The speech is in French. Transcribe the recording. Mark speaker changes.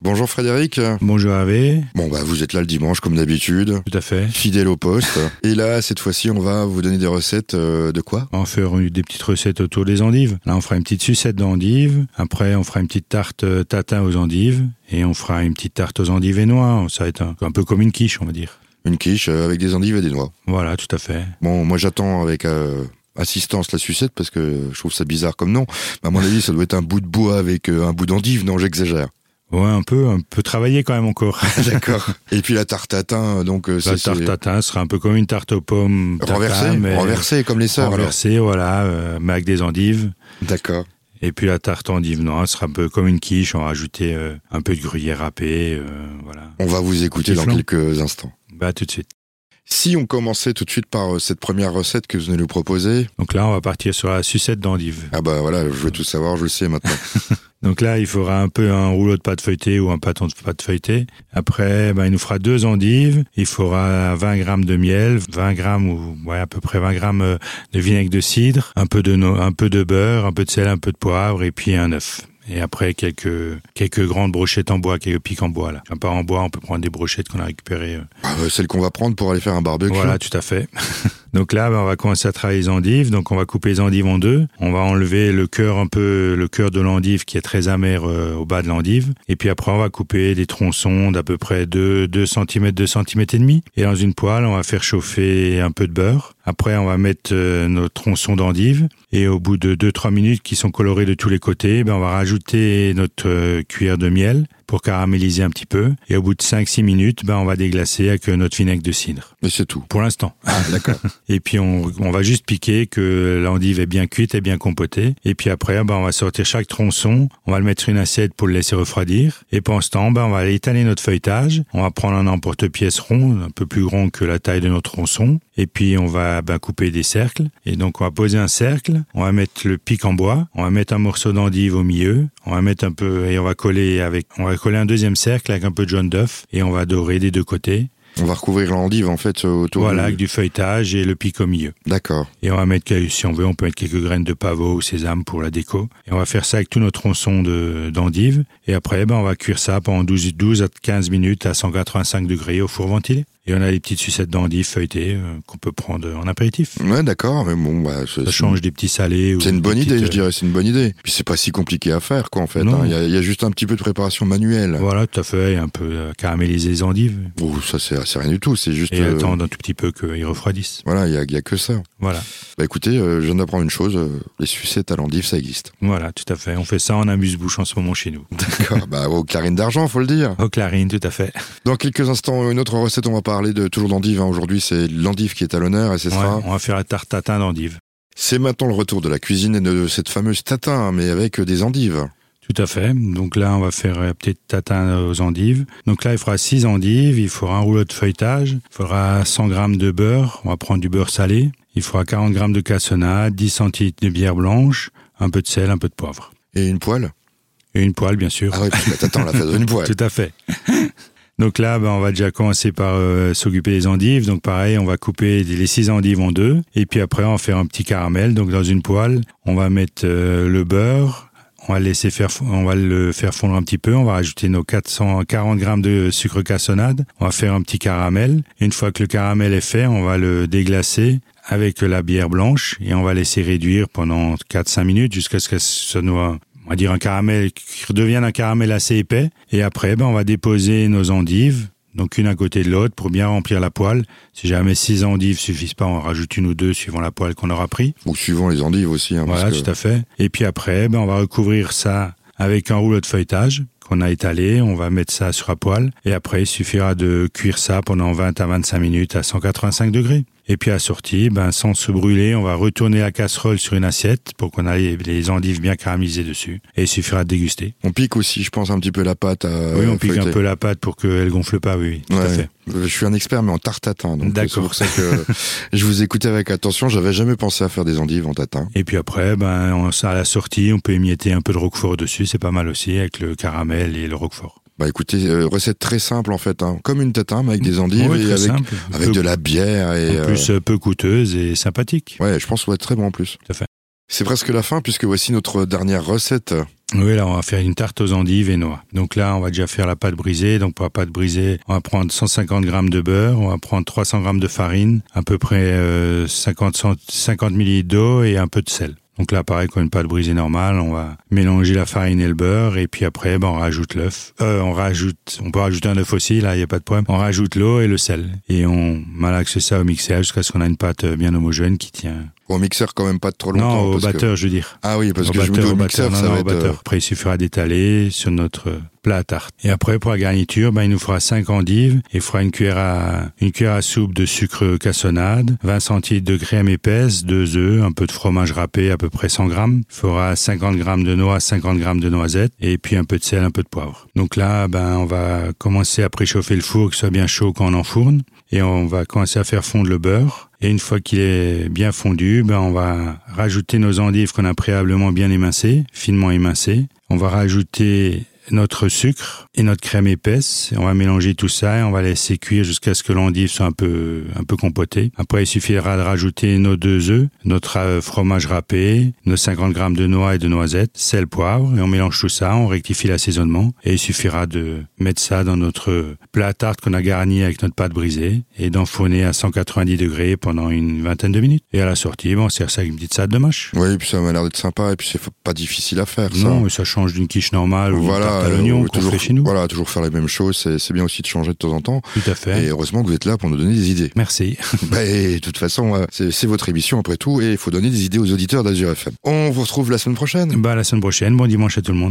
Speaker 1: Bonjour Frédéric.
Speaker 2: Bonjour Hervé.
Speaker 1: Bon bah vous êtes là le dimanche comme d'habitude,
Speaker 2: Tout à fait.
Speaker 1: fidèle au poste. Et là cette fois-ci on va vous donner des recettes euh, de quoi
Speaker 2: On va faire une- des petites recettes autour des endives. Là, on fera une petite sucette d'endives. Après, on fera une petite tarte euh, tatin aux endives. Et on fera une petite tarte aux endives et noix. Ça va être un, un peu comme une quiche, on va dire.
Speaker 1: Une quiche euh, avec des endives et des noix.
Speaker 2: Voilà, tout à fait.
Speaker 1: Bon moi j'attends avec euh, assistance la sucette parce que je trouve ça bizarre comme nom. Mais à mon avis ça doit être un bout de bois avec euh, un bout d'endive, non j'exagère.
Speaker 2: Ouais, un peu, un peu travaillé quand même encore.
Speaker 1: D'accord. Et puis la tarte tatin donc euh,
Speaker 2: La
Speaker 1: c'est
Speaker 2: tarte tatin sera un peu comme une tarte aux pommes.
Speaker 1: c'est
Speaker 2: tatin,
Speaker 1: renversé,
Speaker 2: mais
Speaker 1: renversé comme les sœurs alors.
Speaker 2: renversée, voilà, euh, mais avec des endives.
Speaker 1: D'accord.
Speaker 2: Et puis la tarte endive noix sera un peu comme une quiche. On va rajouter euh, un peu de gruyère râpée. euh, voilà.
Speaker 1: On va vous écouter
Speaker 2: Petit
Speaker 1: dans
Speaker 2: flan.
Speaker 1: quelques instants.
Speaker 2: Bah, à tout de suite.
Speaker 1: Si on commençait tout de suite par euh, cette première recette que vous venez nous proposer,
Speaker 2: Donc là, on va partir sur la sucette d'endive.
Speaker 1: ah bah voilà, je veux tout savoir, je le sais maintenant.
Speaker 2: Donc là, il faudra un peu un rouleau de pâte feuilletée ou un pâton de pâte feuilletée. Après, ben, il nous fera deux endives. Il faudra 20 grammes de miel, 20 grammes ou ouais, à peu près 20 grammes euh, de vinaigre de cidre, un peu de, no- un peu de beurre, un peu de sel, un peu de poivre et puis un œuf. Et après, quelques, quelques grandes brochettes en bois, quelques pics en bois. Là. Quand pas en bois, on peut prendre des brochettes qu'on a récupérées. euh,
Speaker 1: Ah, euh, celle qu'on va prendre pour aller faire un barbecue.
Speaker 2: voilà, tout à fait. donc là, ben, on va commencer à travailler les endives. Donc on va couper les endives en deux. On va enlever le cœur un peu, le cœur de l'endive qui est très amer euh, au bas de l'endive. Et puis après, on va couper des tronçons d'à peu près 2, 2 cm, 2 cm et demi. Et dans une poêle, on va faire chauffer un peu de beurre. Après, on va mettre euh, nos tronçons d'endive. Et au bout de 2-3 minutes qui sont colorés de tous les côtés, ben, on va rajouter notre euh, cuillère de miel pour caraméliser un petit peu. Et au bout de 5-6 minutes, ben, on va déglacer avec euh, notre vinaigre de cidre.
Speaker 1: Mais c'est tout.
Speaker 2: Pour l'instant.
Speaker 1: d'accord.
Speaker 2: et puis on, on va juste piquer que l'endive est bien cuite et bien compotée. Et puis après, ben, on va sortir chaque tronçon, on va le mettre sur une assiette pour le laisser refroidir. Et pendant ce temps, ben, on va étaler notre feuilletage. On va prendre un emporte-pièce rond, un peu plus grand que la taille de notre tronçon. Et puis on va ben, couper des cercles. Et donc on va poser un cercle, on va mettre le pic en bois, on va mettre un morceau d'endive au milieu, on va mettre un peu et on va coller avec, on va coller un deuxième cercle avec un peu de jaune d'œuf et on va dorer des deux côtés.
Speaker 1: On va recouvrir l'endive en fait euh, autour.
Speaker 2: Voilà,
Speaker 1: du-
Speaker 2: avec du feuilletage et le pic au milieu.
Speaker 1: D'accord.
Speaker 2: Et on va mettre, quelques- si on veut, on peut mettre quelques graines de pavot ou sésame pour la déco. Et on va faire ça avec tous nos tronçons de- d'endives. Et après, ben, on va cuire ça pendant 12, 12 à 15 minutes à 185 degrés au four ventilé. Et on a les petites sucettes d'endives feuilletées euh, qu'on peut prendre en apéritif.
Speaker 1: Ouais, d'accord. Mais bon, bah, c'est-
Speaker 2: Ça change des petits salés. ou
Speaker 1: C'est une
Speaker 2: des
Speaker 1: bonne
Speaker 2: petites,
Speaker 1: idée, je
Speaker 2: euh,
Speaker 1: dirais. C'est une bonne idée. Puis c'est pas si compliqué à faire, quoi, en fait.
Speaker 2: Non.
Speaker 1: hein. Il y, a- il y a juste un petit peu de préparation manuelle.
Speaker 2: Voilà, tout à fait. Et un peu euh, caraméliser les endives.
Speaker 1: Bon, ça c'est c'est rien du tout. C'est juste.
Speaker 2: Et
Speaker 1: euh,
Speaker 2: attendre un tout petit peu qu'ils refroidissent.
Speaker 1: Voilà, il y a, il y a que ça.
Speaker 2: Voilà.
Speaker 1: Bah écoutez, euh, je viens d'apprendre une chose. euh, les sucettes à l'endive, ça existe.
Speaker 2: Voilà, tout à fait. On fait ça en amuse-bouche en ce moment chez nous.
Speaker 1: D'accord. bah aux clarines d'argent, faut le dire.
Speaker 2: Au clarine, tout à fait.
Speaker 1: Dans quelques instants, une autre recette. On va parler de toujours d'endive. hein. Aujourd'hui, c'est l'endive qui est à l'honneur et c'est
Speaker 2: Ouais,
Speaker 1: ça.
Speaker 2: on va faire la tarte tatin d'endive.
Speaker 1: C'est maintenant le retour de la cuisine et de cette fameuse tatin, mais avec des endives.
Speaker 2: Tout à fait. Donc là, on va faire euh, peut-être tatin aux endives. Donc là, il faudra 6 endives, il faudra un rouleau de feuilletage, il faudra 100 grammes de beurre, on va prendre du beurre salé, il faudra 40 grammes de cassonade, 10 centilitres de bière blanche, un peu de sel, un peu de poivre.
Speaker 1: Et une poêle
Speaker 2: Et une poêle, bien sûr.
Speaker 1: Ah oui, parce que la tatin, on la fait dans une poêle.
Speaker 2: Tout à fait. Donc là, ben, on va déjà commencer par euh, s'occuper des endives. Donc pareil, on va couper les six endives en deux. Et puis après, on va faire un petit caramel. Donc dans une poêle, on va mettre euh, le beurre. On va, le laisser faire, fo- on va le faire fondre un petit peu. On va rajouter nos 440 grammes de sucre cassonade. On va faire un petit caramel. Et une fois que le caramel est fait, on va le déglacer avec la bière blanche et on va laisser réduire pendant 4-5 minutes jusqu'à ce que ce soit on va dire un caramel qui redevienne un caramel assez épais. Et après, ben, on va déposer nos endives, donc une à côté de l'autre, pour bien remplir la poêle. Si jamais six endives suffisent pas, on en rajoute une ou deux suivant la poêle qu'on aura pris.
Speaker 1: Ou suivant les endives aussi. hein, parce
Speaker 2: Voilà,
Speaker 1: que-
Speaker 2: tout à fait. Et puis après, ben, on va recouvrir ça avec un rouleau de feuilletage qu'on a étalé. On va mettre ça sur la poêle. Et après, il suffira de cuire ça pendant 20 à 25 minutes à 185 degrés. Et puis à la sortie, ben, sans se brûler, on va retourner la casserole sur une assiette pour qu'on ait les- les endives bien caramélisées dessus. Et il suffira de déguster.
Speaker 1: On pique aussi, je pense, un petit peu la pâte. euh, À,
Speaker 2: Oui, on
Speaker 1: à
Speaker 2: pique
Speaker 1: feuilleter.
Speaker 2: un peu la pâte pour qu'elle gonfle pas, oui, oui, tout à
Speaker 1: Ouais.
Speaker 2: fait.
Speaker 1: Je suis un expert, mais en tarte tatin. donc euh, C'est
Speaker 2: D'accord.
Speaker 1: pour ça que je vous écoutais avec attention. J'avais jamais pensé à faire des endives en tatin.
Speaker 2: Et puis après, ben, on, ça, à la sortie, on peut émietter un peu de roquefort dessus, c'est pas mal aussi, avec le caramel et le roquefort.
Speaker 1: Bah écoutez, euh, recette très simple en fait. hein. Comme une tatin, mais avec des endives
Speaker 2: Ouais,
Speaker 1: et
Speaker 2: très
Speaker 1: avec,
Speaker 2: simple.
Speaker 1: avec
Speaker 2: Peu-
Speaker 1: de la bière. Et,
Speaker 2: en plus, euh, peu coûteuse et sympathique.
Speaker 1: euh, ouais, je pense que ça va être très bon en plus.
Speaker 2: à fait.
Speaker 1: C'est presque la fin, puisque voici notre dernière recette.
Speaker 2: Oui, là, on va faire une tarte aux endives et noix. Donc là, on va déjà faire la pâte brisée. Donc pour la pâte brisée, on va prendre 150 grammes de beurre, on va prendre 300 grammes de farine, à peu près euh, 50 cent- 50 millilitres d'eau et un peu de sel. Donc là, pareil, comme une pâte brisée normale, on va mélanger la farine et le beurre, et puis après, ben, on rajoute l'œuf. Euh, on rajoute, on peut rajouter un œuf aussi, là, il n'y a pas de problème. On rajoute l'eau et le sel. Et on malaxe ça au mixage jusqu'à ce qu'on a une pâte euh, bien homogène qui tient.
Speaker 1: Au mixeur, quand même pas trop longtemps.
Speaker 2: Non, au
Speaker 1: parce que-
Speaker 2: batteur, je veux dire.
Speaker 1: Ah oui, parce
Speaker 2: Au
Speaker 1: que je me
Speaker 2: batteur,
Speaker 1: dis au
Speaker 2: au
Speaker 1: mixeur,
Speaker 2: batteur, non,
Speaker 1: ça
Speaker 2: non,
Speaker 1: va
Speaker 2: au
Speaker 1: être. euh,
Speaker 2: batteur. Après, il suffira d'étaler sur notre euh, plat à tarte. Et après, pour la garniture, ben, il nous fera 5 endives, il fera une cuillère à, une cuillère à soupe de sucre cassonade, 20 centilitres de crème épaisse, 2 œufs, un peu de fromage râpé, à peu près 100 grammes. Il fera 50 grammes de noix, 50 grammes de noisettes, et puis un peu de sel, un peu de poivre. Donc là, ben, on va commencer à préchauffer le four, que ce soit bien chaud quand on enfourne et on va commencer à faire fondre le beurre. Et une fois qu'il est bien fondu, ben on va rajouter nos endives qu'on a préalablement bien émincées, finement émincées. On va rajouter notre sucre et notre crème épaisse. On va mélanger tout ça et on va laisser cuire jusqu'à ce que l'endive soit un peu, un peu compotée. Après, il suffira de rajouter nos deux œufs, notre euh, fromage râpé, nos 50 grammes de noix et de noisettes, sel, poivre, et on mélange tout ça, on rectifie l'assaisonnement, et il suffira de mettre ça dans notre plat à tarte qu'on a garni avec notre pâte brisée, et d'enfourner à 190 degrés pendant une vingtaine de minutes. Et à la sortie, bon, on sert ça avec une petite salade de mâche.
Speaker 1: euh, Oui, puis ça m'a l'air d'être sympa, et puis c'est f- pas difficile à faire, ça.
Speaker 2: Non, ça change d'une quiche normale ou d'une
Speaker 1: Voilà,
Speaker 2: tarte à
Speaker 1: euh,
Speaker 2: l'oignon
Speaker 1: ou
Speaker 2: qu'on
Speaker 1: toujours,
Speaker 2: fait chez nous.
Speaker 1: voilà, toujours faire les mêmes choses, c'est c'est bien aussi de changer de temps en temps.
Speaker 2: Tout à fait.
Speaker 1: Et heureusement que vous êtes là pour nous donner des idées.
Speaker 2: Merci.
Speaker 1: Bah, et de toute façon, euh, c'est c'est votre émission après tout, et il faut donner des idées aux auditeurs d'Azur FM. On vous retrouve la semaine prochaine.
Speaker 2: Bah, à la semaine prochaine. Bon dimanche à tout le monde.